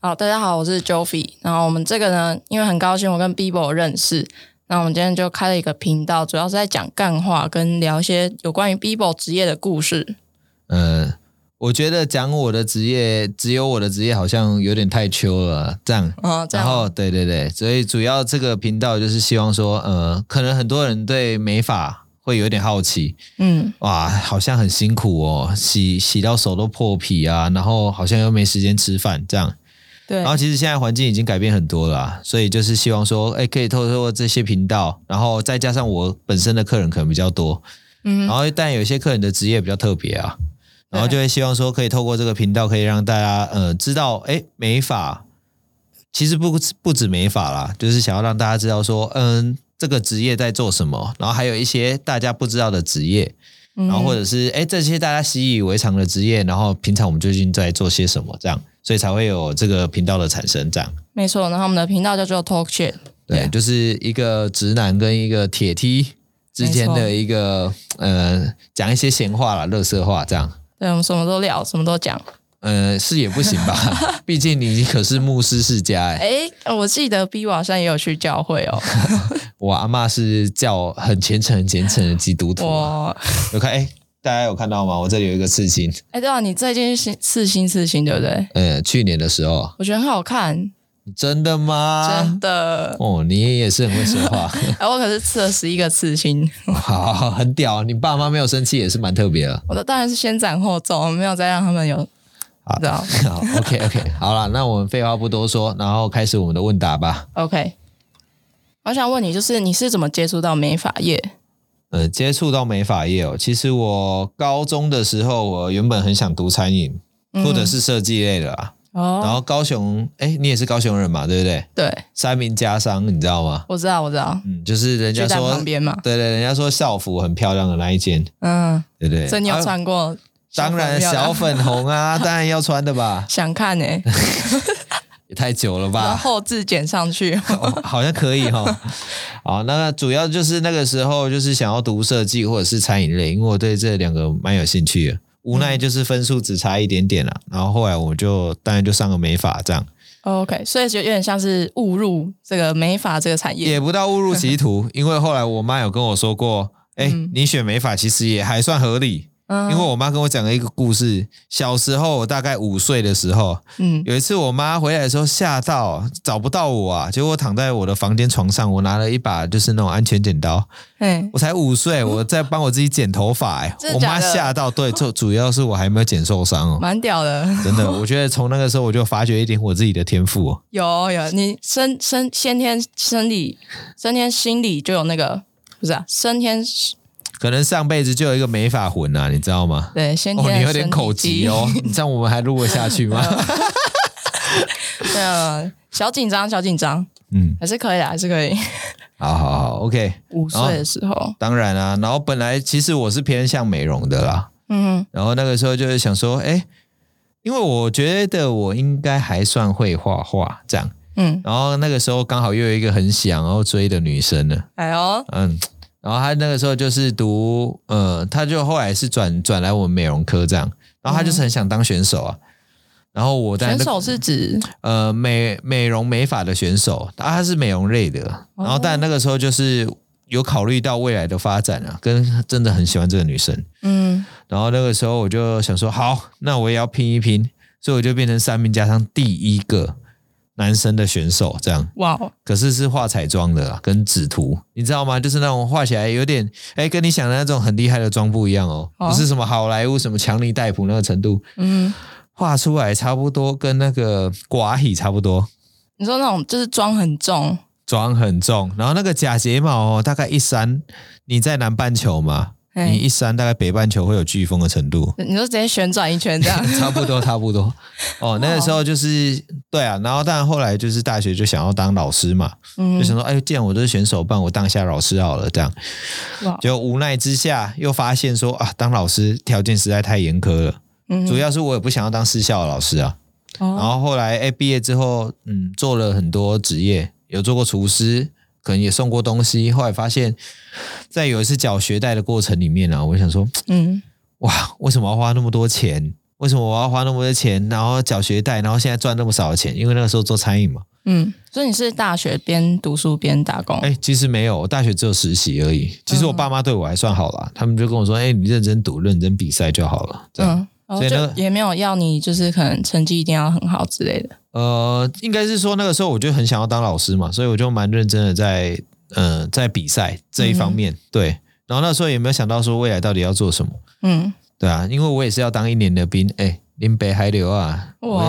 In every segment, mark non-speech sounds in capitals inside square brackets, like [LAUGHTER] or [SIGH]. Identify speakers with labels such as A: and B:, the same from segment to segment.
A: 好，大家好，我是 Jovi。然后我们这个呢，因为很高兴我跟 Bibo 认识，那我们今天就开了一个频道，主要是在讲干话，跟聊一些有关于 Bibo 职业的故事。
B: 嗯，我觉得讲我的职业，只有我的职业好像有点太秋了啊，这样。
A: 啊，这
B: 然
A: 样
B: 后，对对对，所以主要这个频道就是希望说，呃，可能很多人对美发会有点好奇，
A: 嗯，
B: 哇，好像很辛苦哦，洗洗到手都破皮啊，然后好像又没时间吃饭这样。
A: 对
B: 然，后其实现在环境已经改变很多了啊、所以就是希望说，哎，可以透过这些频道，然后再加上我本身的客人可能比较多，
A: 嗯
B: 然后但有些客人的职业比较特别啊，然后就会希望说可以透过这个频道，可以让大家呃知道，哎，美发其实不不止美发啦，就是想要让大家知道说，嗯，这个职业在做什么，然后还有一些大家不知道的职业，
A: 然
B: 然后或者是哎这些大家习以为常的职业，然后平常我们究竟在做些什么，这样，所以才会有这个频道的产生，这样。
A: 没错，然后我们的频道叫做 Talk Shit。
B: 对，
A: Yeah
B: 就是一个直男跟一个铁梯之间的一个呃，讲一些闲话啦、乐色话这样。
A: 对，我们什么都聊，什么都讲。
B: 呃，是也不行
A: [LAUGHS]
B: 吧？毕竟你可是牧师世家哎、
A: 哎，我记得 Bibo 好像也有去教会
B: [LAUGHS]
A: 哦。
B: 我阿嬷是叫很虔诚、很虔诚的基督徒啊。
A: 我，
B: 有看哎、大家有看到吗？我这里有一个刺青，
A: 哎，对啊，你最近是刺青刺青对不对？
B: 呃，去年的时候，
A: 我觉得很好看，
B: 真的吗？
A: 真的。
B: 哦，你也是很会说
A: [LAUGHS]
B: 话，
A: 哎，我可是刺了十一个刺青。
B: 好，很屌。你爸妈没有生气也是蛮特别的。
A: 我的当然是先斩后奏，我没有再让他们有，
B: 好
A: 你知道
B: 好，OK OK，好了，那我们废话不多说，然后开始我们的问答吧。
A: ？OK，我想问你，就是你是怎么接触到美发业？
B: 呃，接触到美发业哦。其实我高中的时候，我原本很想读餐饮或者是设计类的啦。然
A: 嗯哦，
B: 后高雄，哎，你也是高雄人嘛，对不对？
A: 对，
B: 三名家商，你知道吗？
A: 我知道，我知道，
B: 嗯，就是人
A: 就
B: 家
A: 在
B: 说，
A: 旁边嘛，
B: 对对，人家说校服很漂亮的那一间，
A: 嗯，
B: 对不对？
A: 所以你有
B: 啊
A: 穿过小
B: 当
A: 朋友的？
B: 然，小粉红
A: [LAUGHS]
B: 啊，当然要穿的吧，
A: 想看呢、
B: 也太久了
A: [LAUGHS] 然后
B: 吧。
A: 后置剪上去，
B: 哦 [LAUGHS] 好像可以哈、哦。好，那主要就是那个时候就是想要读设计或者是餐饮类，因为我对这两个蛮有兴趣的。无奈就是分数只差一点点啦、然后后来我就当然就上了美发，这样
A: 哦 OK，所以就有点像是误入这个美发这个产业。
B: 也不到误入歧途，因为后来我妈有跟我说过，哎、你选美发其实也还算合理。因
A: 嗯
B: 为我妈跟我讲了一个故事，小时候我大概五岁的时候，
A: 嗯，
B: 有一次我妈回来的时候吓到找不到我啊，结果我躺在我的房间床上，我拿了一把就是那种安全剪刀，
A: 哎，
B: 我才五
A: [LAUGHS]
B: 岁，我在帮我自己剪头发、欸，
A: 真的
B: 我
A: 假
B: 妈
A: 的
B: 吓到，对，主主要是我还没有剪受伤
A: [LAUGHS]
B: 哦，
A: 蛮屌的，
B: 真的，我觉得从那个时候我就发掘一点我自己的天赋哦，
A: 有有，你身身先天生理、先天心理就有那个，不是啊，先天
B: 可能上辈子就有一个美法魂啊，你知道吗？
A: 对先天、
B: 哦，你有点口
A: [LAUGHS]
B: 急哦，，你这样我们还录得下去吗？
A: [LAUGHS] 对啊，小紧张，小紧张，
B: 嗯，
A: 还是可以的，还是可以。哦
B: 好好好，OK，
A: 五岁的时候，
B: 当然啊，然后本来其实我是偏向美容的啦，
A: 嗯
B: 然后那个时候就是想说，哎，因为我觉得我应该还算会画画这样，
A: 嗯，
B: 然后那个时候刚好又有一个很想要追的女生呢。
A: 哎呦，
B: 嗯，然后他那个时候就是读，呃，他就后来是转转来我们美容科这样，然后他就是很想当选手啊。然后我在
A: 选手是指
B: 呃美美容美发的选手，啊，他是美容类的。
A: 哦
B: 然后但那个时候就是有考虑到未来的发展啊，跟真的很喜欢这个女生。
A: 嗯，
B: 然后那个时候我就想说，好，那我也要拼一拼，所以我就变成三名加上第一个男生的选手这样。
A: 哇哦，
B: 可是是画彩妆的啦，啊跟纸涂，你知道吗？就是那种画起来有点，哎，跟你想的那种很厉害的妆不一样哦，
A: 哦
B: 不是什么好莱坞什么强尼戴普那个程度，
A: 嗯，
B: 画出来差不多跟那个寡喜差不多，
A: 你说那种就是妆很重，
B: 妆很重，然后那个假睫毛哦，大概一扇，你在南半球嘛，你
A: 哎，，
B: 一扇大概北半球会有飓风的程度
A: [LAUGHS] 你说直接旋转一圈这
B: [LAUGHS]
A: 样，
B: 差不多差不多。哦，那个时候就是对啊，然后但后来就是大学就想要当老师嘛，
A: 嗯
B: 就，想说，哎，既然我都是选手，办我当一下老师好了，这样。
A: 哇，
B: 就无奈之下，又发现说啊，当老师条件实在太严苛了。
A: 嗯
B: 主要是我也不想要当私校的老师啊。然
A: 哦，
B: 后后来哎，毕业之后，嗯，做了很多职业，有做过厨师，可能也送过东西。后来发现，在有一次缴学贷的过程里面啊，我想说，
A: 嗯，
B: 哇，为什么要花那么多钱为什么我要花那么多钱，然后缴学贷，然后现在赚那么少的钱？因为那个时候做餐饮嘛。
A: 嗯，所以你是大学边读书边打工，
B: 哎、其实没有，我大学只有实习而已。其
A: 嗯
B: 实我爸妈对我还算好啦，他们就跟我说：“哎、你认真读，认真比赛就好了。”这样，
A: 嗯，然后
B: 啊所以那
A: 就
B: 个
A: 也没有要你就是可能成绩一定要很好之类的。
B: 呃，应该是说那个时候我就很想要当老师嘛，所以我就蛮认真的在呃在比赛这一方面、对。然后那时候也没有想到说未来到底要做什么，
A: 嗯，
B: 对啊，因为我也是要当一年的兵，哎、林北海流啊，我也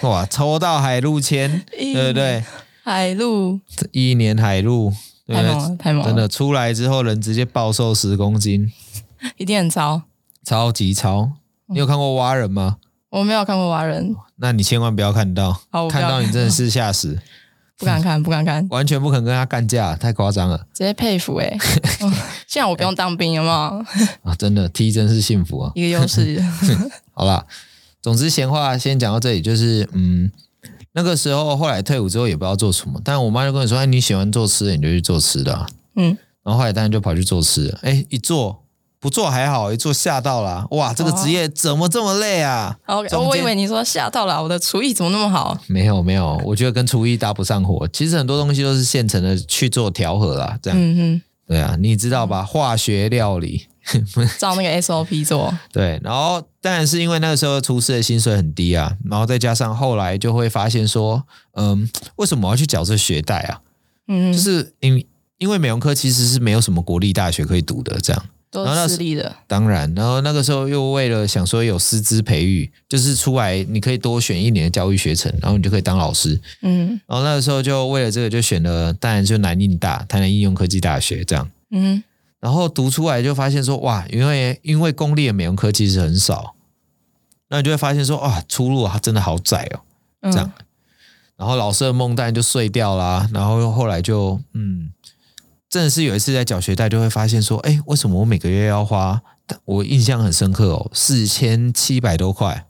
B: 是哇，抽到海陆签，
A: 嗯
B: 对不对？
A: 海陆
B: 一年海陆，对
A: 太
B: 不
A: 猛
B: 对？
A: 了，太猛了，
B: 真的出来之后，人直接暴瘦十公斤，
A: 一定很糟。
B: 超级超。
A: 嗯
B: 你有看过蛙人吗？
A: 我没有看过蛙人，
B: 那你千万不要看到
A: 好，我不
B: 看
A: 要
B: 到你真的是吓死，
A: 不敢看，不敢看，
B: 完全不肯跟他干架，太夸张了
A: 直接佩服
B: [LAUGHS]
A: 哎、嗯现在我不用当兵，有没有 [LAUGHS]
B: 啊！真的踢真是幸福啊！
A: 一个优
B: [LAUGHS]
A: 势？
B: 好啦，总之闲话先讲到这里，就是嗯，那个时候后来退伍之后也不知道做什么，但我妈就跟我说：“哎，你喜欢做吃的，你就去做吃的、啊。
A: 嗯，”
B: 然后后来当然就跑去做吃的，哎，一做不做还好，一做吓到啦！哇，这个职
A: 哦
B: 业怎么这么累啊？
A: 好，
B: 总监
A: 我以为你说吓到了，我的厨艺怎么那么好？
B: 没有没有，我觉得跟厨艺搭不上火。其实很多东西都是现成的去做调和啦，这样、
A: 嗯
B: 对啊，你知道吧？化学料理。
A: 哼，嗯照那个 SOP 做，
B: 对，然后当然是因为那个时候厨师的薪水很低啊，然后再加上后来就会发现说，嗯，为什么我要去缴这学贷啊？
A: 嗯
B: 就
A: 哼，
B: 是因因为美容科其实是没有什么国立大学可以读的，这样。
A: 都
B: 然后那
A: 是
B: 是
A: 私立的，
B: 当然，然后那个时候又为了想说有师资培育，就是出来你可以多选一年的教育学程，然后你就可以当老师。
A: 嗯
B: 然后那个时候就为了这个就选了，当然就南印大，台南应用科技大学这样。
A: 嗯
B: 然后读出来就发现说，哇，因为因为公立的美容科其实很少，那你就会发现说，哇，出路啊真的好窄哦，
A: 嗯，
B: 这样。然后老师的梦当然就碎掉啦，然后后来就嗯，真的是有一次在缴学贷就会发现说，哎，为什么我每个月要花？但我印象很深刻哦，四千七百多块，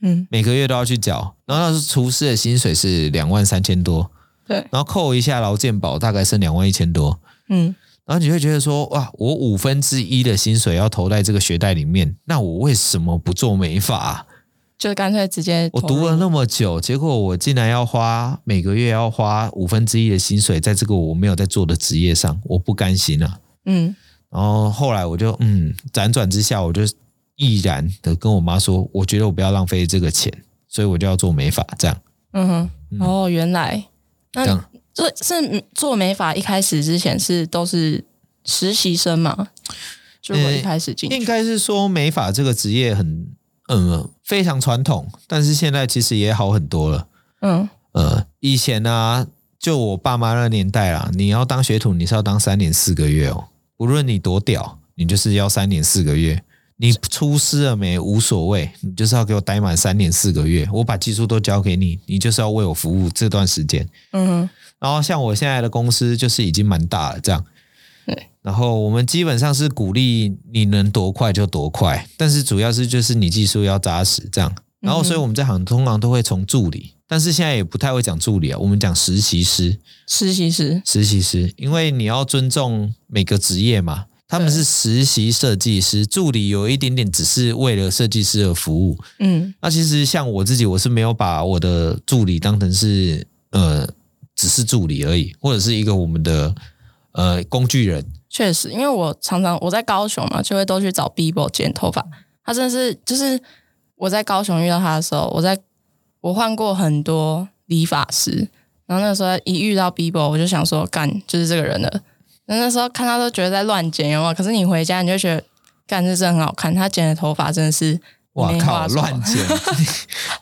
A: 嗯，
B: 每个月都要去缴。然后那时候厨师的薪水是两万三千多，
A: 对，
B: 然后扣一下劳健保，大概剩两万一千多。
A: 嗯
B: 然后你会觉得说，哇，我五分之一的薪水要投在这个学贷里面，那我为什么不做美发啊、
A: 就干脆直接
B: 我
A: 投入
B: 读了那么久，结果我竟然要花每个月要花五分之一的薪水在这个我没有在做的职业上，我不甘心啊！
A: 嗯
B: 然后后来我就嗯，辗转之下，我就毅然的跟我妈说，我觉得我不要浪费这个钱，所以我就要做美发，这样
A: 嗯哼，哦，原来
B: 这
A: 那
B: 样。
A: 就是做美发一开始之前是都是实习生嘛，就我
B: 呃
A: 一开始进去，
B: 应该是说美发这个职业很嗯非常传统，但是现在其实也好很多了。
A: 嗯
B: 呃，以前呢、就我爸妈那年代啦，你要当学徒，你是要当三年四个月哦，无论你多屌，你就是要三年四个月。你出师了没无所谓，你就是要给我待满三年四个月，我把技术都交给你，你就是要为我服务这段时间。
A: 嗯
B: 然后像我现在的公司就是已经蛮大了，这样
A: 对。
B: 然后我们基本上是鼓励你能多快就多快，但是主要是就是你技术要扎实这
A: 嗯
B: 样。然后所以我们这行通常都会从助理，但是现在也不太会讲助理啊，我们讲实习师，
A: 实习师，
B: 实习师，因为你要尊重每个职业嘛。他们
A: 对
B: 是实习设计师，助理有一点点只是为了设计师而服务，
A: 嗯
B: 那其实像我自己，我是没有把我的助理当成是呃，只是助理而已，或者是一个我们的呃工具人。
A: 确实，因为我常常我在高雄嘛，就会都去找 Bibo 剪头发。他真的是，就是我在高雄遇到他的时候，我在我换过很多理发师，然后那时候一遇到 Bibo，我就想说，干就是这个人了。那那时候看他都觉得在乱剪，有没有？可是你回家你就觉得，干这真的很好看。他剪的头发真的是，
B: 哇
A: 没
B: 靠，
A: 话说
B: 乱
A: [LAUGHS]
B: 剪！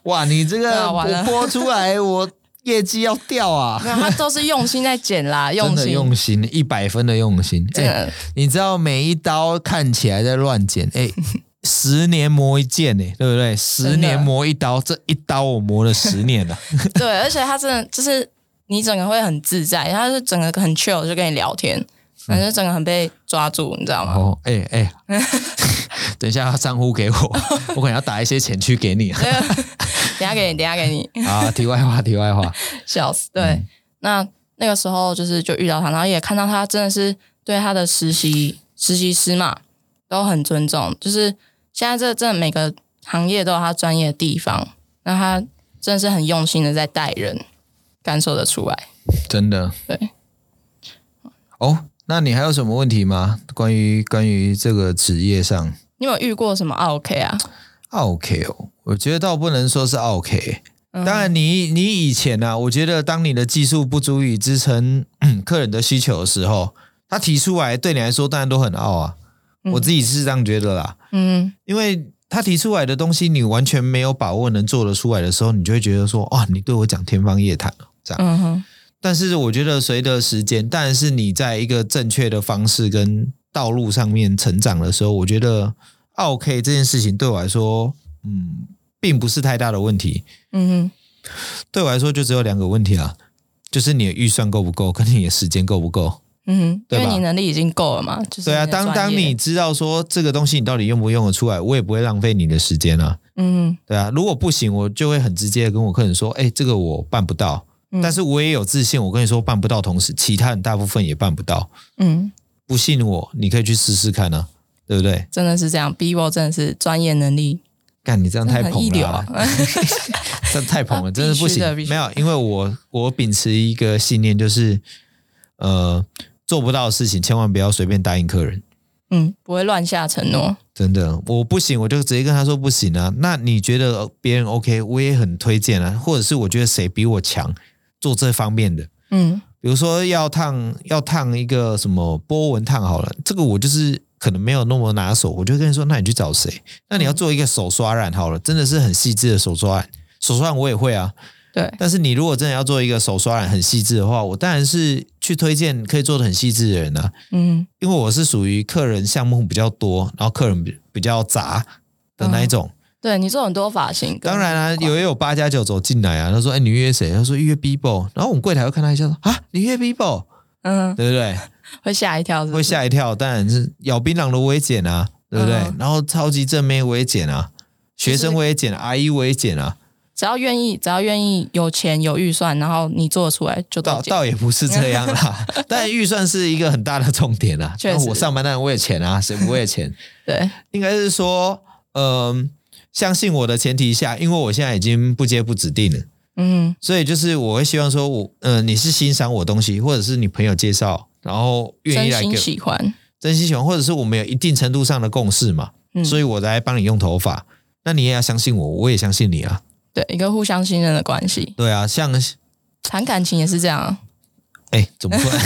B: 哇，你这个
A: 啊完了
B: 我播出来，我业绩要掉啊！
A: [LAUGHS] 没有，他都是用心在剪啦，
B: [LAUGHS] 真
A: 用
B: 的
A: 心。
B: 用心，一百分的用心。
A: 真
B: 哎、
A: 的
B: 你知道每一刀看起来在乱剪，哎、
A: [LAUGHS]
B: 十年磨一剑呢、哎对不对？十
A: 真的
B: 年磨一刀，这一刀我磨了十年了。
A: 对，而且他真的就是你整个会很自在，他是整个很 chill 就跟你聊天，反正整个很被抓住，你知道吗？
B: 哦，哎、哎， [LAUGHS] 等一下账户
A: [LAUGHS]
B: 给我，我可能要打一些钱去给你
A: 等一下给你，等一下给你，
B: 啊。题外话，题外话，
A: 笑死。对，那那个时候就是就遇到他，然后也看到他真的是对他的实习实习师嘛都很尊重，就是现在这真的每个行业都有他专业的地方，那他真的是很用心的在带人，感受得出来。
B: 真的。
A: 对。
B: 哦，那你还有什么问题吗？关于关于这个职业上
A: 你有没有遇过什么 OK 啊？
B: ，OK 哦，我觉得倒不能说是 OK。
A: 嗯
B: 当然你，你以前啊，我觉得当你的技术不足以支撑嗯客人的需求的时候，他提出来对你来说当然都很傲啊。我自己是这样觉得啦，
A: 嗯，
B: 因为他提出来的东西你完全没有把握能做得出来的时候，你就会觉得说，哇，你对我讲天方夜谭哦这样。
A: 嗯哼，
B: 但是我觉得随着时间，但是你在一个正确的方式跟道路上面成长的时候，我觉得 OK 这件事情对我来说，嗯，并不是太大的问题。
A: 嗯
B: 对我来说，就只有两个问题啦，就是你的预算够不够，跟你的时间够不够。
A: 哼，嗯哼，
B: 对
A: 因
B: 吧
A: 为你能力已经够了嘛，就是
B: 对啊，
A: 的专
B: 当当
A: 业
B: 你知道说这个东西你到底用不用得出来，我也不会浪费你的时间啊。
A: 嗯
B: 对啊，如果不行，我就会很直接的跟我客人说，哎，这个我办不到。
A: 嗯
B: 但是我也有自信，我跟你说办不到，同时其他人大部分也办不到。
A: 嗯，
B: 不信我，你可以去试试看啊，对不对？
A: 真的是这样，Bibo 真的是专业能力
B: 干你这样太
A: 很
B: 捧
A: 一
B: [LAUGHS] 了
A: 流
B: 啊、
A: 啊，
B: 这样太捧了，
A: 啊
B: 真的不
A: [LAUGHS] 必须
B: 行
A: 的必。须
B: 没有，因为我我秉持一个信念，就是呃，做不到的事情千万不要随便答应客人。
A: 嗯，不会乱下承诺，
B: 真的，我不行，我就直接跟他说不行啊。那你觉得呃别人 OK，我也很推荐啊，或者是我觉得谁比我强做这方面的，
A: 嗯
B: 比如说要烫要烫一个什么波纹烫好了，这个我就是可能没有那么拿手，我就跟你说，那你去找谁？那你要做一个手刷染好了，真的是很细致的手刷染，手刷染我也会啊。
A: 对，
B: 但是你如果真的要做一个手刷染很细致的话，我当然是去推荐可以做的很细致的人啊，
A: 嗯
B: 因为我是属于客人项目比较多，然后客人比比较杂的那一种。
A: 对你做很多发型，
B: 当然啦、
A: 跟
B: 有也有八加九走进来啊，他说：“哎、你约谁？”他说：“约 Bibo。”然后我们柜台会看他一下说：“啊，你约 Bibo，
A: 嗯
B: 对不对？”
A: 会吓一跳是不是，
B: 会吓一跳，当然是咬槟榔的我也剪啊，对不对？
A: 嗯
B: 然后超级正妹我也剪啊，学生我也剪、啊，阿姨我也剪啊，
A: 只要愿意，只要愿意有钱有预算，然后你做得出来就
B: 倒
A: 到
B: 倒也不是这样
A: [LAUGHS]
B: 啦。但预算是一个很大的重点啊。
A: 确
B: 那
A: 实
B: 我上班当然我也钱啊，谁不
A: [LAUGHS]
B: 为钱？
A: 对，
B: 应该是说，嗯、相信我的前提下，因为我现在已经不接不指定了，
A: 嗯
B: 所以就是我会希望说我，嗯、你是欣赏我东西，或者是你朋友介绍，然后愿意
A: 真
B: 来给
A: 心
B: 我
A: 喜欢，
B: 珍惜喜欢，或者是我们有一定程度上的共识嘛，
A: 嗯
B: 所以我来帮你用头发。那你也要相信我，我也相信你啊。
A: 对，一个互相信任的关系，
B: 对啊，像
A: 谈感情也是这样啊，
B: 哎，怎么突
A: [LAUGHS]
B: 然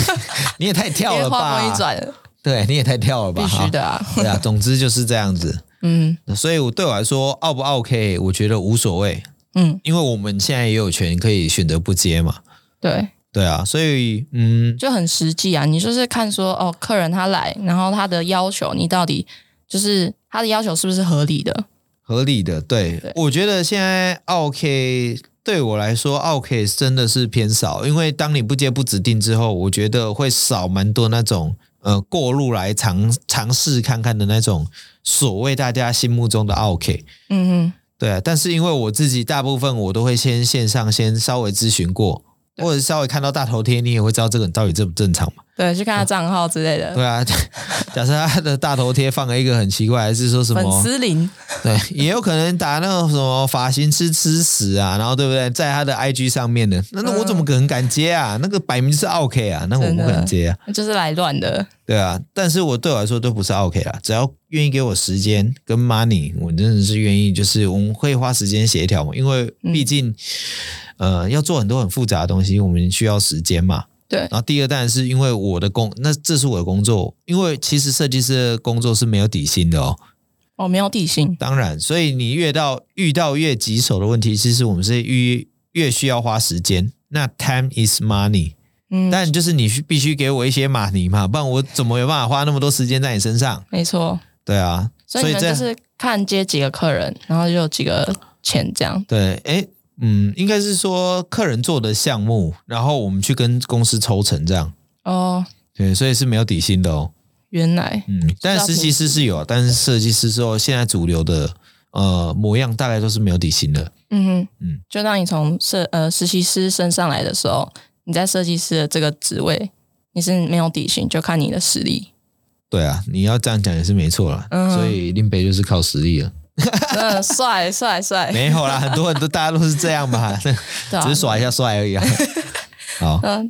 B: 你也太跳
A: 因为
B: 了
A: 话锋一
B: 吧？
A: 转，
B: 对，你也太跳了吧？
A: 必须的啊，
B: 哈。对啊，总之就是这样子。
A: 嗯
B: 所以我对我来说，O 不 OK，我觉得无所谓，
A: 嗯，
B: 因为我们现在也有权可以选择不接嘛。
A: 对，
B: 对啊，所以嗯，
A: 就很实际啊，你就是看说哦，客人他来，然后他的要求你到底就是他的要求是不是合理的，
B: 合理的。对，
A: 对
B: 我觉得现在 OK 对我来说，OK 真的是偏少，因为当你不接不指定之后，我觉得会少蛮多那种呃过路来尝尝试看看的那种所谓大家心目中的 OK。
A: 嗯嗯
B: 对啊，但是因为我自己大部分我都会先线上先稍微咨询过，或者稍微看到大头贴，你也会知道这个人到底正不正常嘛？
A: 对，去看他账号之类的，
B: 对啊， [LAUGHS] 假设他的大头贴放了一个很奇怪，还是说什
A: 粉
B: 么
A: 丝零，
B: [LAUGHS] 对，也有可能打那种什么发型师吃屎啊，然后对不对，在他的 IG 上面的，那那我怎么可能敢接啊？那个摆明是 OK 啊，那我不
A: 嗯真的
B: 敢接啊，
A: 就是来乱的，
B: 对啊。但是我对我来说都不是 OK 啊，只要愿意给我时间跟 money，我真的是愿意，就是我们会花时间协调嘛，因为
A: 嗯
B: 毕竟、呃要做很多很复杂的东西，我们需要时间嘛。
A: 对，
B: 然后第二当然是因为我的工，那这是我的工作，因为其实设计师的工作是没有底薪的哦。
A: 哦，没有底薪，
B: 当然，所以你越到遇到越棘手的问题，其实我们是越越需要花时间。那 time is money，
A: 嗯，
B: 但就是你需必须给我一些马尼嘛，不然我怎么有办法花那么多时间在你身上？
A: 没错，
B: 对啊，
A: 所
B: 所
A: 以你们
B: 这
A: 就是看接几个客人，然后就有几个钱这样。
B: 对，哎，嗯，应该是说客人做的项目，然后我们去跟公司抽成这样。
A: 哦，
B: 对，所以是没有底薪的哦。
A: 原来
B: 嗯，但
A: 要
B: 实习师是有啊，但是设计师之后现在主流的呃模样大概都是没有底薪的。
A: 嗯哼，
B: 嗯
A: 嗯，就当你从设呃实习师升上来的时候，你在设计师的这个职位，你是没有底薪，就看你的实力。
B: 对啊，你要这样讲也是没错啦。
A: 嗯
B: 所以林北就是靠实力了。
A: 嗯，帅帅帅，
B: 没
A: [LAUGHS]
B: 有啦，很多人都大家都是这样嘛，只
A: 对啊
B: 是耍一下帅而
A: [LAUGHS]
B: 已啊。好，
A: 嗯，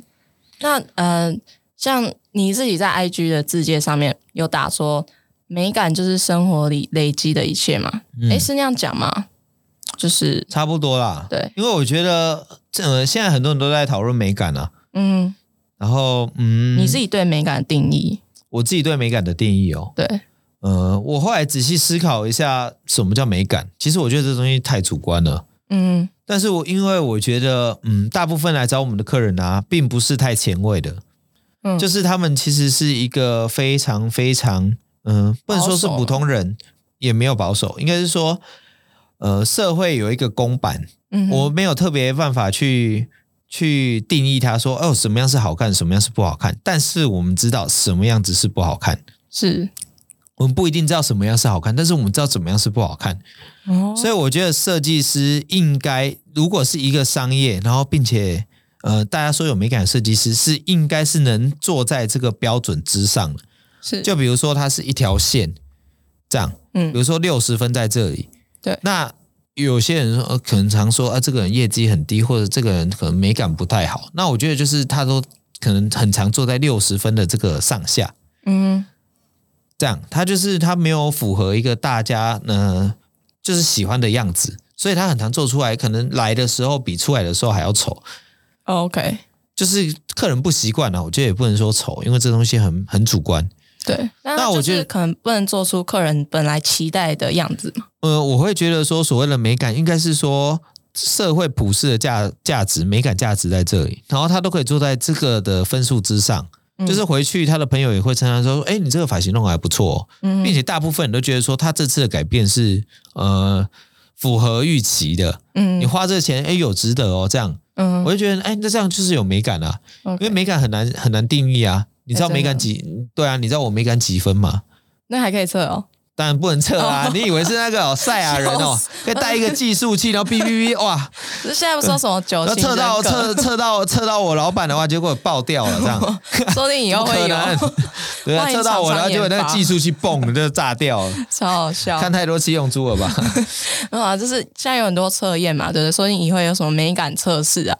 A: 那呃，像你自己在 IG 的字界上面有打说，美感就是生活里累积的一切嘛？
B: 嗯
A: 诶，是那样讲吗？就是
B: 差不多啦。
A: 对，
B: 因为我觉得，呃，现在很多人都在讨论美感啊。
A: 嗯，
B: 然后，嗯，
A: 你自己对美感的定义，
B: 我自己对美感的定义哦，
A: 对，
B: 呃，我后来仔细思考一下，什么叫美感？其实我觉得这东西太主观了。
A: 嗯
B: 但是我因为我觉得，嗯，大部分来找我们的客人啊，并不是太前卫的，
A: 嗯，
B: 就是他们其实是一个非常非常，嗯、不能说是普通人，也没有保守，应该是说，呃，社会有一个公版，
A: 嗯哼
B: 我没有特别办法去去定义它说，哦，什么样是好看，什么样是不好看，但是我们知道什么样子是不好看。
A: 是，
B: 我们不一定知道什么样是好看，但是我们知道怎么样是不好看。
A: 哦，
B: 所以我觉得设计师应该，如果是一个商业，然后并且呃，大家说有美感的设计师是应该是能坐在这个标准之上的。
A: 是
B: 就比如说，它是一条线这样，比
A: 嗯
B: 如说六十分在这里，
A: 对
B: 那。有些人说，呃，可能常说啊，这个人业绩很低，或者这个人可能美感不太好。那我觉得就是他都可能很常坐在六十分的这个上下，
A: 嗯
B: 这样，他就是他没有符合一个大家呃就是喜欢的样子，所以他很常做出来，可能来的时候比出来的时候还要丑，
A: 哦，OK，
B: 就是客人不习惯啊了、我觉得也不能说丑，因为这东西很很主观。
A: 对。那
B: 那我
A: 就是
B: 觉得
A: 可能不能做出客人本来期待的样子嘛？
B: 呃，我会觉得说所谓的美感，应该是说社会普世的价价值、美感价值在这里，然后他都可以坐在这个的分数之上。
A: 嗯
B: 就是回去，他的朋友也会称赞说：“哎、你这个发型弄得还不错、哦。”
A: 嗯
B: 并且大部分人都觉得说他这次的改变是呃符合预期的，你
A: 嗯
B: 花这个钱哎有值得哦，这样
A: 嗯
B: 我就觉得哎那这样就是有美感啊，因为
A: ，OK，
B: 美感很难很难定义啊，你知道
A: 哎真的
B: 美感几对啊，你知道我美感几分吗？
A: 那还可以测哦。
B: 当然不能测啊！你以为是那个哦赛亚人
A: 笑 [LAUGHS]
B: 哦
A: 死，
B: 可以带一个计数器，然后哔
A: [LAUGHS]
B: 哔哔，哇，
A: 可是现在不是说什么九
B: 然后
A: 型
B: 呃测到
A: 人格
B: 测测到测到我老板的话，结果爆掉了，这样
A: [LAUGHS] 说不定以后
B: 不
A: 会
B: 可
A: 有，
B: 能。对啊，
A: 欢迎
B: 测到我，
A: 厂商
B: 然后结果那
A: 研
B: 个
A: 发
B: 计数器嘣就炸掉了，
A: [LAUGHS] 超好笑。
B: 看太多次用猪
A: [LAUGHS]
B: 了吧？
A: 没有啊，就是现在有很多测验嘛，对不对？所以你以后有什么美感测试啊？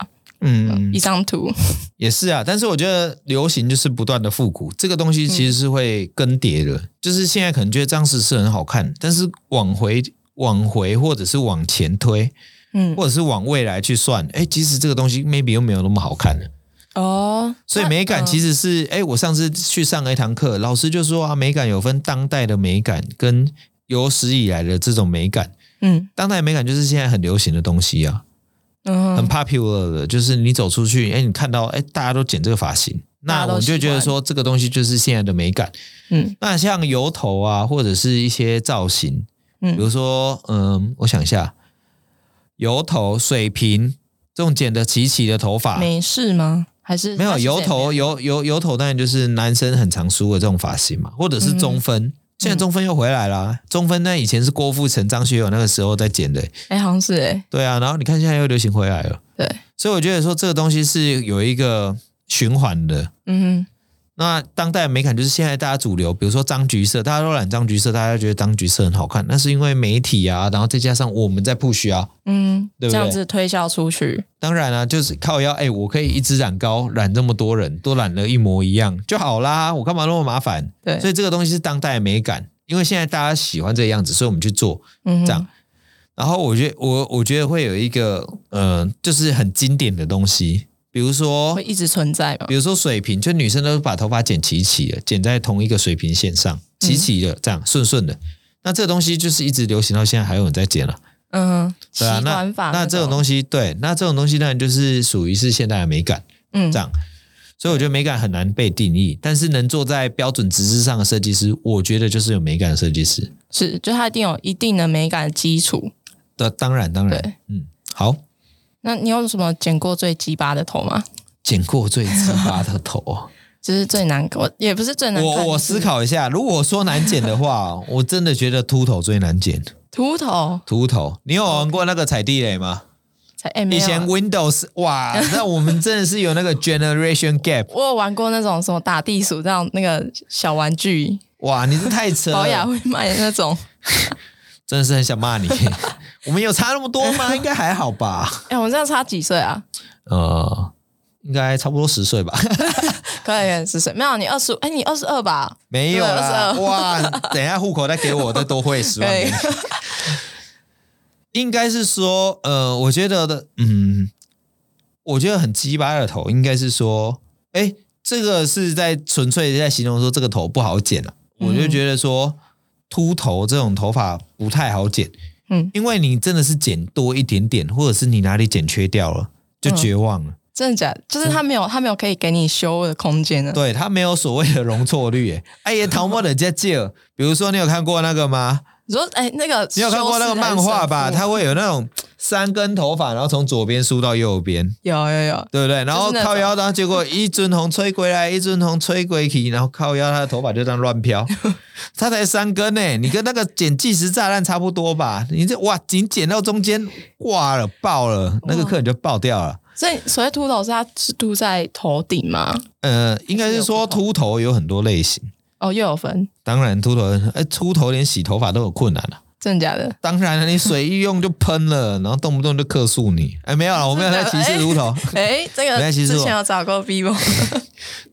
B: 嗯
A: 一，张图，
B: 也是啊，但是我觉得流行就是不断的复古，这个东西其实是会更迭的。就是现在可能觉得张十是很好看，但是往回往回或者是往前推，
A: 嗯，
B: 或者是往未来去算，哎，其实这个东西 maybe 又没有那么好看了。
A: 哦，
B: 所以美感其
A: 实
B: 实是，哎、我上次去上了一堂课，老师就说啊，美感有分当代的美感跟有史以来的这种美感。
A: 嗯
B: 当代美感就是现在很流行的东西啊，
A: 嗯
B: 很
A: 嗯
B: popular 的，就是你走出去，哎，你看到，哎，大家都剪这个发型，那
A: 大家
B: 我
A: 都
B: 们就
A: 喜
B: 觉得
A: 欢
B: 说这个东西就是现在的美感。
A: 嗯
B: 那像油头啊，或者是一些造型，比
A: 嗯
B: 如说，嗯，我想一下，油头、水平这种剪的齐齐的头发，
A: 美式吗？还是
B: 啊没有油
A: 有
B: 头，油油油头当然就是男生很常梳的这种发型嘛，或者是中分。现在中分又回来啦，中分那以前是郭富城、张学友那个时候在剪的、欸
A: 哎，好像是哎，
B: 对啊，然后你看现在又流行回来了，
A: 对，
B: 所以我觉得说这个东西是有一个循环的。
A: 嗯
B: 那当代美感就是现在大家主流，比如说张橘色，大家都染张橘色，大家觉得张橘色很好看，那是因为媒体啊，然后再加上我们在 push 啊，
A: 嗯，
B: 对不
A: 这
B: 对
A: 样子推销出去，
B: 当然啊，就是靠腰，哎、我可以一支染膏染这么多人，都染了一模一样就好啦，我干嘛那么麻烦？
A: 对，
B: 所以这个东西是当代的美感，因为现在大家喜欢这个样子，所以我们去做。
A: 嗯
B: 这样然后我觉得我我觉得会有一个呃，就是很经典的东西，比如说
A: 会一直存在嘛
B: 比，如说水平，就女生都把头发剪齐齐的，剪在同一个水平线
A: 嗯
B: 上，齐齐的，这样顺顺的。那这个东西就是一直流行到现在，还有人在剪了，
A: 嗯，习
B: 对啊，那
A: 惯法
B: 那这种东西，对，那这种东西当然就是属于是现代的美感，
A: 嗯
B: 这样。所以我觉得美感很难被定义，但是能坐在标准值之上的设计师，我觉得就是有美感的设计师。
A: 是，就它一定有一定的美感基础。
B: 的当然当
A: 对
B: 然，嗯，好，
A: 那你有什么剪过最鸡巴的头吗？
B: 剪过最鸡巴的头哦。
A: 就是最难，我也不是最 [LAUGHS] 难看。
B: 我我
A: 就是
B: 思考一下，如果说难剪的
A: [LAUGHS]
B: 话，我真的觉得秃头最难剪。
A: 秃头
B: 秃头，你有玩过那个踩地雷吗？
A: 才哎没
B: 以
A: 有啊
B: 前 Windows 哇，那我们真的是有
A: [LAUGHS]
B: 那个 generation gap
A: 我有玩过那种什么打地鼠这样那个小玩具，
B: 哇，你这太扯
A: 保雅
B: 了。 [LAUGHS]
A: 会卖的那种。
B: 真的是很想
A: [LAUGHS]
B: 骂你。我们有差那么多吗？应该还好吧？
A: 哎、我们这样差几岁啊？
B: 呃，应该差不多十岁吧？ [LAUGHS]
A: 可以是谁？没有，你二十，哎，你二十二吧？
B: 没有啦，
A: 对
B: 哇！等一下户口再给我，再多汇十万
A: 可
B: 给
A: 以 [LAUGHS]
B: 你。，应该是说，呃，我觉得的，嗯，我觉得很鸡巴的头，应该是说，哎，这个是在纯粹在形容说这个头不好剪了、我就觉得说，秃头这种头发不太好剪，
A: 嗯，
B: 因为你真的是剪多一点点，或者是你哪里剪缺掉了，就绝望了。
A: 真的假的？就是他没有，他没有可以给你修的空间的。啊
B: 对，它没有所谓的容错率，哎，哎也逃摸人家借。比如说，你有看过那个吗？
A: 你说，哎，那个
B: 你有看过那个漫画吧？
A: 他
B: 它会有那种三根头发，然后从左边梳到右边。
A: 有有有，
B: 对不对？然后
A: 就是那种
B: 靠腰，然后结果一尊红吹回来，一尊红吹回去，然后靠腰，他的头发就这样乱 [LAUGHS] 飘。他才三根呢、你跟那个剪计时炸弹差不多吧？你这哇，仅剪到中间挂了，爆了，那个客人就爆掉了。
A: 所以所谓秃头是他是秃在头顶吗？
B: 呃，应该是说
A: 还是有不同
B: 秃头有很多类型，
A: 哦，又有分，
B: 当然秃头，哎，秃头连洗头发都有困难了、
A: 真的假
B: [LAUGHS]
A: 的？
B: 当然了，你水一用就喷了， [LAUGHS] 然后动不动就克诉你。哎，没有了，我没有在歧视秃头。
A: 哎，这
B: 没
A: 个
B: 关系是
A: 之
B: 我
A: 前有找过
B: [LAUGHS]
A: vivo，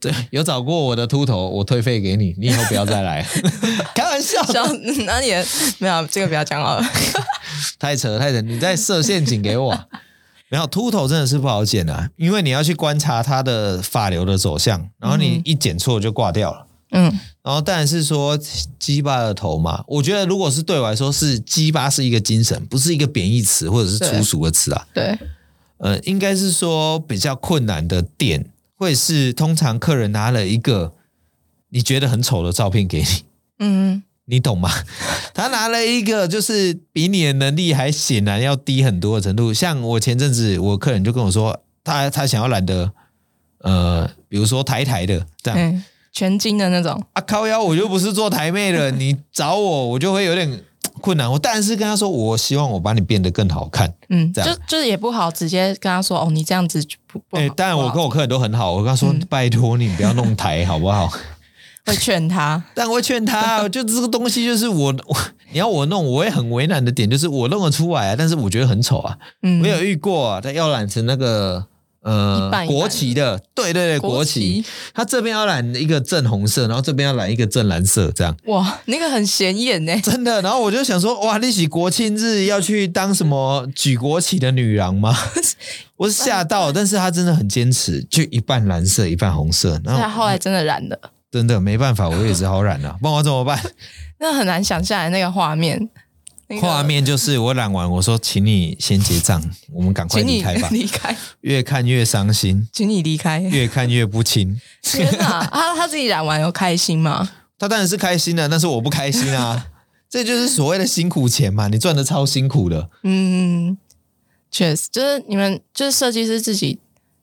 B: 对， [LAUGHS] 有找过我的秃头，我退费给你，你以后不要再来。 [LAUGHS] 开玩笑，
A: 像那你的没有这个不要讲好了。
B: 太扯太扯，你在设陷阱给我。 [LAUGHS] 没有秃头真的是不好剪啊，因为你要去观察它的发流的走向，然后你一剪错就挂掉了。
A: 嗯，
B: 然后当然是说鸡巴的头嘛，我觉得如果是对我来说是鸡巴是一个精神，不是一个贬义词或者是粗俗的词啊。
A: 对，
B: 呃，应该是说比较困难的点，会是通常客人拿了一个你觉得很丑的照片给你，
A: 嗯，
B: 你懂吗？ [LAUGHS] 他拿了一个就是比你的能力还显然要低很多的程度。像我前阵子，我客人就跟我说，他他想要染的，呃，比如说台台的这样、
A: 哎，全金的那种，
B: 啊，靠腰我就不是做台妹
A: [LAUGHS]
B: 了，你找我我就会有点困难。我但是跟他说，我希望我把你变得更好看。
A: 嗯，
B: 这
A: 就
B: 样
A: 就是也不好直接跟他说哦，你这样子就不不好
B: 哎、。当然我
A: 不
B: 跟
A: 好嗯
B: 我客人都很好，我跟他说，拜托你不要弄台好不好？
A: [LAUGHS] 会劝
B: [LAUGHS]
A: 他，
B: 但我会劝他，就这个东西就是我我你要我弄，我也很为难的点就是我弄得出来啊，但是我觉得很丑啊。
A: 嗯
B: 我，有遇过、啊，他要染成那个呃
A: 一半一半
B: 国旗的，对对对，国旗，他这边要染一个正红色，然后这边要染一个正蓝色，这样
A: 哇，那个很显眼呢。
B: 真的。然后我就想说，哇，你起国庆日要去当什么举国旗的女
A: [LAUGHS]
B: 郎吗？我是吓到，但是他真的很坚持，就一半蓝色，一半红色。
A: 所
B: 然
A: 以他
B: 后
A: 后来真的染了，
B: 真的没办法，我也只好染了、
A: [LAUGHS]
B: 不然我怎么办？
A: 那很难想象来那个画面，那个
B: 画，面就是我染完，我说请你先结账，我们赶快
A: 请
B: 离
A: 你。
B: 开
A: [LAUGHS]
B: 吧
A: 离开，
B: 越看越伤心，
A: 请你离
B: [LAUGHS]
A: 开。
B: 越看越不清。
A: 天哪，他他自己染完有开心吗？
B: 他当然是开心的，但是我不开心啊。 [LAUGHS] 这就是所谓的辛苦钱嘛，你赚的超辛苦的，
A: 嗯，确实，就是你们就是设计师自己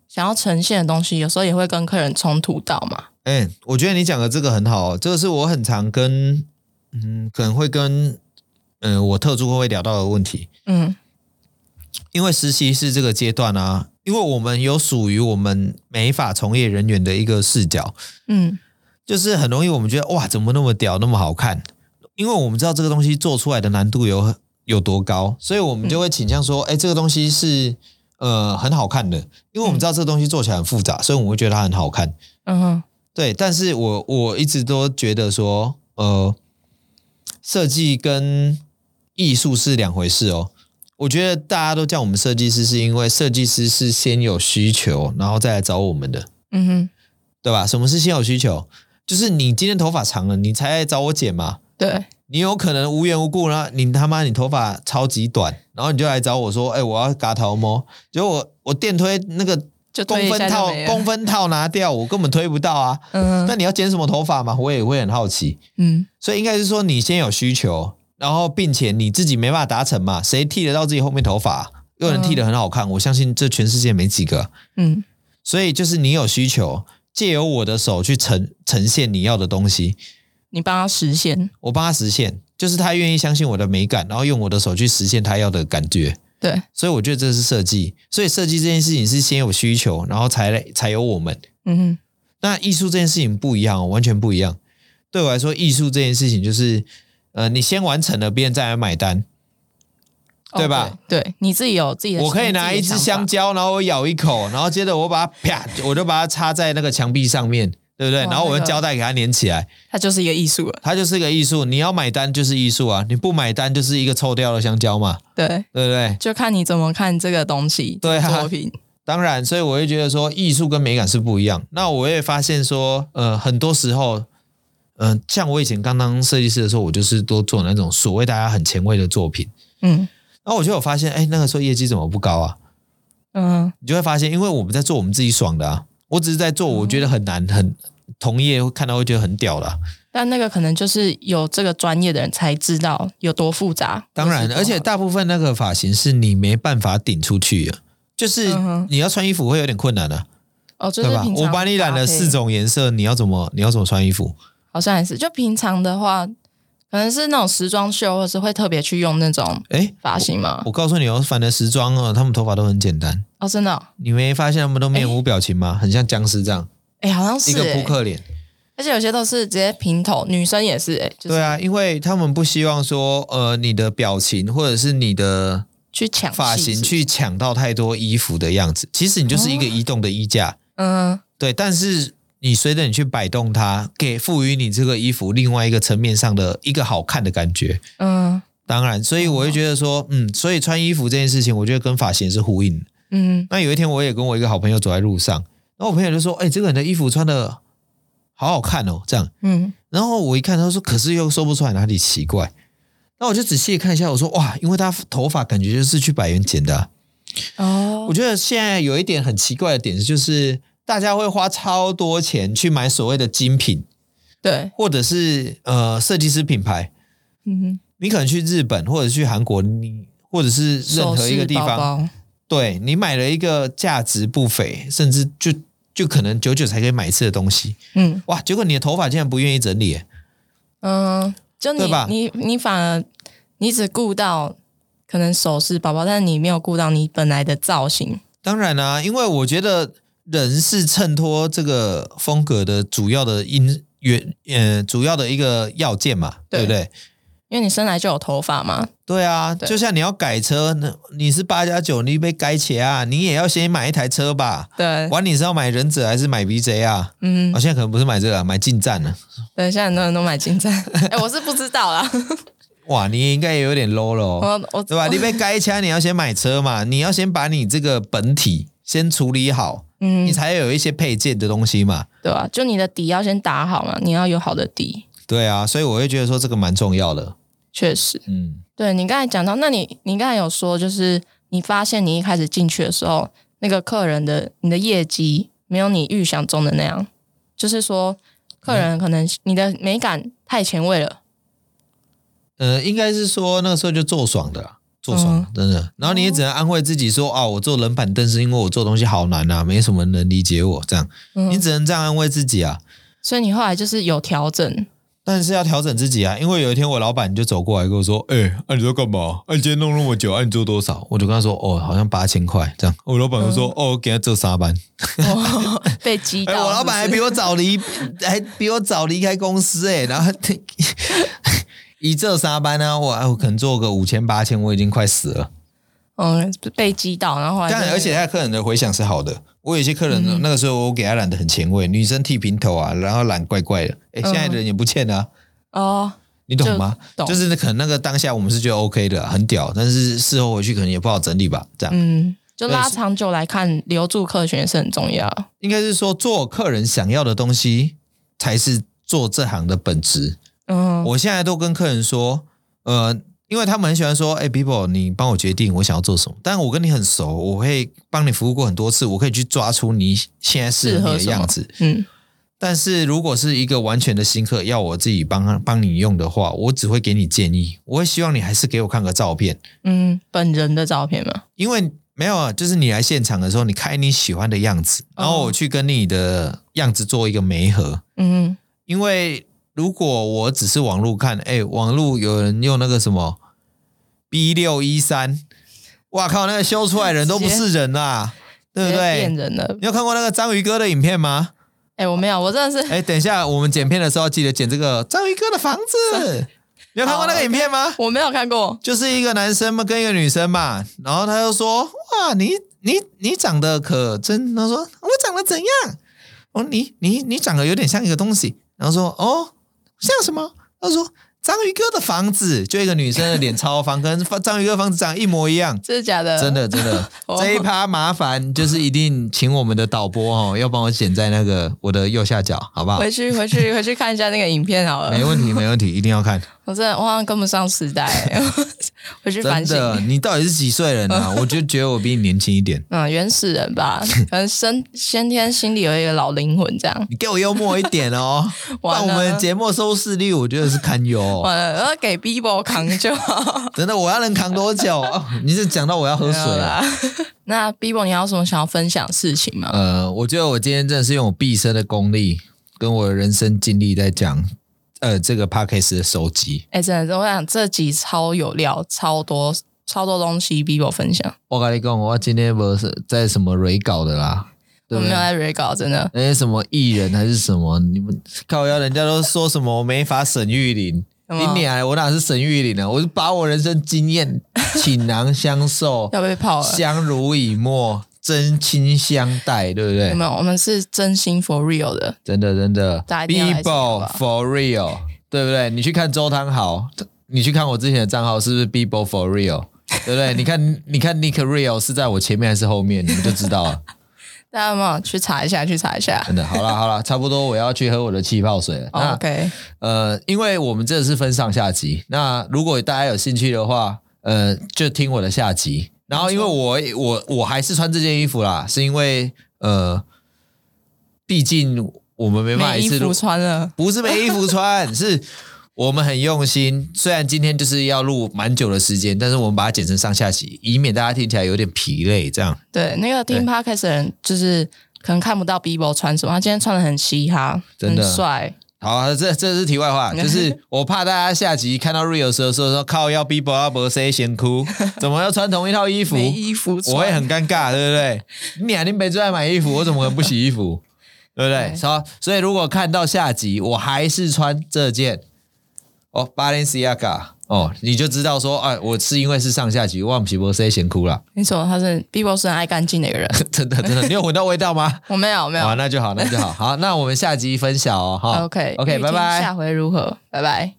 A: 想要呈现的东西，有时候也会跟客人冲突到嘛。
B: 哎、我觉得你讲的这个很好、哦，这个是我很常跟，嗯，可能会跟，嗯、我特助会聊到的问题，
A: 嗯
B: 因为实习是这个阶段啊，因为我们有属于我们美发从业人员的一个视角，
A: 嗯，
B: 就是很容易我们觉得哇，怎么那么屌，那么好看？因为我们知道这个东西做出来的难度有有多高，所以我们就会倾向说，哎、这个东西是呃很好看的，因为我们知道这个东西做起来很复杂，所以我们会觉得它很好看。
A: 嗯哼，
B: 对，但是我我一直都觉得说，呃，设计跟艺术是两回事哦。我觉得大家都叫我们设计师，是因为设计师是先有需求，然后再来找我们的。
A: 嗯哼，
B: 对吧？什么是先有需求？就是你今天头发长了，你才来找我剪嘛。
A: 对，
B: 你有可能无缘无故呢，你他妈你头发超级短，然后你就来找我说，哎、我要嘎头毛，结果我我电推那个
A: 就推
B: 公
A: 一下
B: 分
A: 就
B: 套
A: 没了
B: 公分套拿掉，我根本推不到啊。
A: 嗯
B: 那
A: 哼
B: 你要剪什么头发嘛？我也会很好奇。
A: 嗯
B: 所以应该是说你先有需求，然后并且你自己没办法达成嘛，谁剃得到自己后面头发？啊有人剃得很好看，我相信这全世界没几个。
A: 嗯
B: 所以就是你有需求，借由我的手去呈呈现你要的东西，
A: 你帮他实现，
B: 我帮他实现，就是他愿意相信我的美感，然后用我的手去实现他要的感觉。
A: 对，
B: 所以我觉得这是设计，所以设计这件事情是先有需求，然后才来才有我们。
A: 嗯哼，
B: 那艺术这件事情不一样、哦，完全不一样。对我来说，艺术这件事情就是，呃，你先完成了，别人再来买单。对吧？
A: 对，对你自己有自己的，
B: 我可以拿一支香
A: 蕉，
B: 蕉，然后我咬一口，然后接着我把它啪，我就把它插在那个墙壁上面，对不对？
A: 哇
B: 然后我
A: 那
B: 用
A: 个
B: 胶带给它粘起来，
A: 它就是一个艺术了。
B: 它就是一个艺术。你要买单就是艺术啊，你不买单就是一个臭掉的香蕉嘛，
A: 对，
B: 对不对？
A: 就看你怎么看这个东西，
B: 对啊
A: 这个作品。
B: 当然，所以我会觉得说，艺术跟美感是不一样。那我也发现说，呃，很多时候，嗯、像我以前刚当设计师的时候，我就是多做那种所谓大家很前卫的作品。
A: 嗯
B: 然后我就有发现，哎，那个时候业绩怎么不高啊？
A: 嗯，
B: 你就会发现，因为我们在做我们自己爽的啊，我只是在做我觉得很难、很同业会看到会觉得很屌的啊、
A: 但那个可能就是有这个专业的人才知道有多复杂。
B: 当
A: 或
B: 然，
A: 是
B: 而且大部分那个发型是你没办法顶出去的，就是
A: 嗯哼
B: 你要穿衣服会有点困难的、啊
A: 哦，就
B: 对
A: 是
B: 吧？
A: 平常
B: 我把你染了
A: 搭配
B: 四，种颜色，你要怎么你要怎么穿衣服？
A: 好像也是。就平常的话，可能是那种时装秀，或是会特别去用那种
B: 哎，
A: 发型嘛。
B: 我告诉你哦，反正时装哦，他们头发都很简单，
A: 哦，真的哦，
B: 你没发现他们都面无表情吗？很像僵尸这样，
A: 哎，好像是
B: 一个扑
A: 哎。
B: 克脸。
A: 而且有些都是直接平头，女生也是哎，就
B: 对
A: 是
B: 啊，因为他们不希望说呃你的表情或者是你的
A: 去抢
B: 发
A: 戏
B: 型
A: 是
B: 去抢到太多衣服的样子。其实你就是一
A: 哦
B: 个移动的衣架，
A: 嗯
B: 对，但是。你随着你去摆动它，给赋予你这个衣服另外一个层面上的一个好看的感觉。
A: 嗯
B: 当然，所以我会觉得说，嗯，所以穿衣服这件事情，我觉得跟发型是呼应的。
A: 嗯，
B: 那有一天，我也跟我一个好朋友走在路上，然后我朋友就说：“哎、这个人的衣服穿的好好看哦。”这样，
A: 嗯，
B: 然后我一看，他说：“可是又说不出来哪里奇怪。”那我就仔细看一下，我说：“哇，因为他头发感觉就是去百元剪的啊、
A: 哦
B: 我，觉得现在有一点很奇怪的点就是，大家会花超多钱去买所谓的精品，
A: 对，
B: 或者是呃设计师品牌。
A: 嗯，
B: 你可能去日本或者去韩国，你或者是任何一个地
A: 首饰包
B: 方，
A: 包
B: 对你买了一个价值不菲，甚至就就可能久久才可以买一次的东西，
A: 嗯
B: 哇！结果你的头发竟然不愿意整理，
A: 嗯，就你
B: 对吧
A: 你你反而你只顾到可能首饰包包，但是你没有顾到你本来的造型，
B: 当然啦、因为我觉得人是衬托这个风格的主要的因原呃主要的一个要件嘛，对
A: 对
B: 不对？
A: 因为你生来就有头发嘛，
B: 对啊，
A: 对
B: 就像你要改车，那你是八加九，你被改起啊，你也要先买一台车吧？
A: 对，
B: 管你是要买忍者还是买 BJ 啊？
A: 嗯
B: 我、，现在可能不是买这个、啊，买进站了、
A: 对，现在很多人都买金
B: [LAUGHS]
A: 簪，哎，我是不知道啦，
B: 哇，你也应该也有点 low 了、哦。
A: 我我
B: 对吧？你被该掐，你要先买车嘛，你要先把你这个本体先处理好，
A: 嗯
B: 你，才有一些配件的东西嘛。
A: 对啊，就你的底要先打好嘛，你要有好的底，
B: 对啊，所以我会觉得说这个蛮重要的。
A: 确实。
B: 嗯，
A: 对你刚才讲到，那你你刚才有说，就是你发现你一开始进去的时候，那个客人的你的业绩没有你预想中的那样，就是说客
B: 嗯
A: 人可能你的美感太前卫了，
B: 呃，应该是说那个时候就做爽的啦，啊做
A: 嗯
B: 爽、真的。然后你也只能安慰自己说啊，我做冷板凳是因为我做东西好难啊，没什么人能理解我这样，
A: 嗯
B: 你只能这样安慰自己啊。
A: 所以你后来就是有调
B: [LAUGHS]
A: 整，
B: 但是要调整自己啊，因为有一天我老板就走过来跟我说：“哎、啊你在干嘛？啊你今天弄那么久，啊你做多少？”我就跟他说：“哦，好像八千块这样。”我老板就说：“
A: 嗯
B: 哦，给他做沙班。”
A: 哦、被激
B: 哎、
A: 到。
B: 我老板还
A: 是不
B: 比
A: 是
B: 我早离，还比我早离开公司哎、然后 [LAUGHS] 一这沙班呢、我哎我可能做个五千八千，我已经快死了。
A: 嗯被激到，然后后来
B: 当啊然，而且他客人的回响是好的。我有些客人、
A: 嗯
B: 那个时候我给他染的很前卫，女生剃平头啊，然后染怪怪的。
A: 嗯
B: 哎、现在人也不欠啊，
A: 哦
B: 你懂吗？
A: 就懂
B: 就是可能那个当下我们是觉得 OK 的，很屌，但是事后回去可能也不好整理吧。这样、
A: 嗯，就
B: 对
A: 拉
B: 是
A: 长久来看，留住客群也是很重要。
B: 应该是说做客人想要的东西才是做这行的本质。
A: 嗯
B: 我现在都跟客人说，呃，因为他们很喜欢说，哎、b i b o 你帮我决定我想要做什么。但我跟你很熟，我会帮你服务过很多次，我可以去抓出你现在适合
A: 适合
B: 你
A: 什么
B: 的样子。
A: 嗯
B: 但是如果是一个完全的新客，要我自己帮帮你用的话，我只会给你建议，我会希望你还是给我看个照片，
A: 嗯，本人的照片嘛，
B: 因为没有，啊，就是你来现场的时候，你看你喜欢的样子，
A: 哦
B: 然后我去跟你的样子做一个媒合。
A: 嗯
B: 因为如果我只是网路看，哎、网路有人用那个什么 B 六一三，哇靠，那个修出来人都不是人啦、对不
A: 直接变
B: 对？
A: 人了。
B: 你有看过那个章鱼哥的影片吗？ [LAUGHS]
A: 哎、我没有，我真的是
B: 哎、等一下我们剪片的时候记得剪这个章鱼哥的房子，你有看过那个影片吗？
A: [LAUGHS] 我没有看过，
B: 就是一个男生嘛跟一个女生嘛，然后他就说：“哇，你你你长得可真。”他说：“我长得怎样？”哦，你你你长得有点像一个东西。然后说：“哦，像什么？”他说：“章鱼哥的房子，就一个女生的脸超方，跟章鱼哥房子长一模一样。”
A: 真的假的？
B: 真的真的，这一趴麻烦就是一定请我们的导播哦，要帮我剪在那个我的右下角，好不好？
A: 回去回
B: [LAUGHS]
A: 去回去看一下那个影片好了。
B: 没问题，没问题，一定
A: [LAUGHS]
B: 要看。
A: 我真的我好像跟不上时代， [LAUGHS] 回去
B: 真
A: 反省。
B: 的，你到底是几岁
A: [LAUGHS]
B: 人啊？我就觉得我比你年轻一点。
A: 嗯，原始人
B: [LAUGHS]
A: 吧，可能生先天心里有一个老灵魂这样。
B: 你给我幽默一点哦，不然
A: [LAUGHS] 完
B: 我
A: 了
B: 们节目收视率我觉得是堪忧哦。
A: [LAUGHS] 完了，要呃给 Bibo 扛就好。
B: 真的，我要能扛多
A: [LAUGHS]
B: 久？哦你是讲到我要 [LAUGHS] 喝水啊
A: 没有
B: 了。
A: 啦。 [LAUGHS] 那 Bibo，你还有什么想要分享的事情吗？
B: 呃，我觉得我今天真的是用我毕生的功力跟我的人生经历在讲，呃，这个 podcast 的收集。
A: 哎、真的，我想这集超有料，超多超多东西 Bibo 分享，
B: 我跟你讲，我今天不是在什么蕊搞的啦，对
A: 我
B: 不
A: 没
B: 对
A: 有？在 re 稿，真的。
B: 那些哎什么艺人还是什么，你们靠腰，人家都说什么我没法沈玉琳，
A: 什
B: 你
A: 么
B: 俩我哪是沈玉琳啊？我是把我人生经验倾囊相授，
A: [LAUGHS] 要被泡了。
B: 相濡以沫，真情相待，对不
A: 有
B: 对？
A: 没有？我们是真心 for real 的，
B: 真的真的
A: 大家一定要来听好不
B: ，Bibo
A: 好
B: for real，对不对？你去看周汤豪，你去看我之前的账号是不是 Bibo for real？对不对？你看，你看 Nick Real 是在我前面还是后面，你们就知道了。
A: 大家有没有去查一下？去查一下。
B: 真的，好了好了，差不多我要去喝我的气
A: [LAUGHS]
B: 泡水
A: 哦
B: 了。那
A: OK，
B: 呃，因为我们这是分上下集，那如果大家有兴趣的话，呃，就听我的下集。然后，因为我我我还是穿这件衣服啦，是因为呃，毕竟我们没办法
A: 没
B: 一
A: 衣
B: 次录
A: 服，穿了，
B: 不是没衣服穿，是我们很用心。虽然今天就是要录蛮久的时间，但是我们把它剪成上下集，以免大家听起来有点疲累。这样，
A: 对，那个听 podcast 的人就是可能看不到 Bibo 穿什么，他今天穿的很嘻哈，
B: 真
A: 很
B: 的
A: 帅，
B: 好，这这是题外
A: [LAUGHS]
B: 话，就是我怕大家下集看到 Rio 的时候说说靠要逼 b 阿伯 C 先哭，怎么要穿同一套衣服？
A: 没衣服穿，
B: 我会很尴尬，对
A: [LAUGHS]
B: 不对？你肯定没最爱买衣服，我怎么可能不洗衣服？对不对？
A: 对
B: 所所以如果看到下集，我还是穿这件哦，巴伦西亚嘎哦，你就知道说，哎，我是因为是上下集，忘皮博 C 先哭了， [LAUGHS]
A: 没错，他是 Bibo 是很爱干净的一个人。
B: 真的真的，你有闻到味道吗？
A: 我没 [LAUGHS] 有，没有
B: 好，。那就好，那就好，好，那我们下集分享哦，哈
A: OK
B: ，OK，
A: 预
B: 拜
A: 听
B: 拜。
A: 下回如何？拜拜。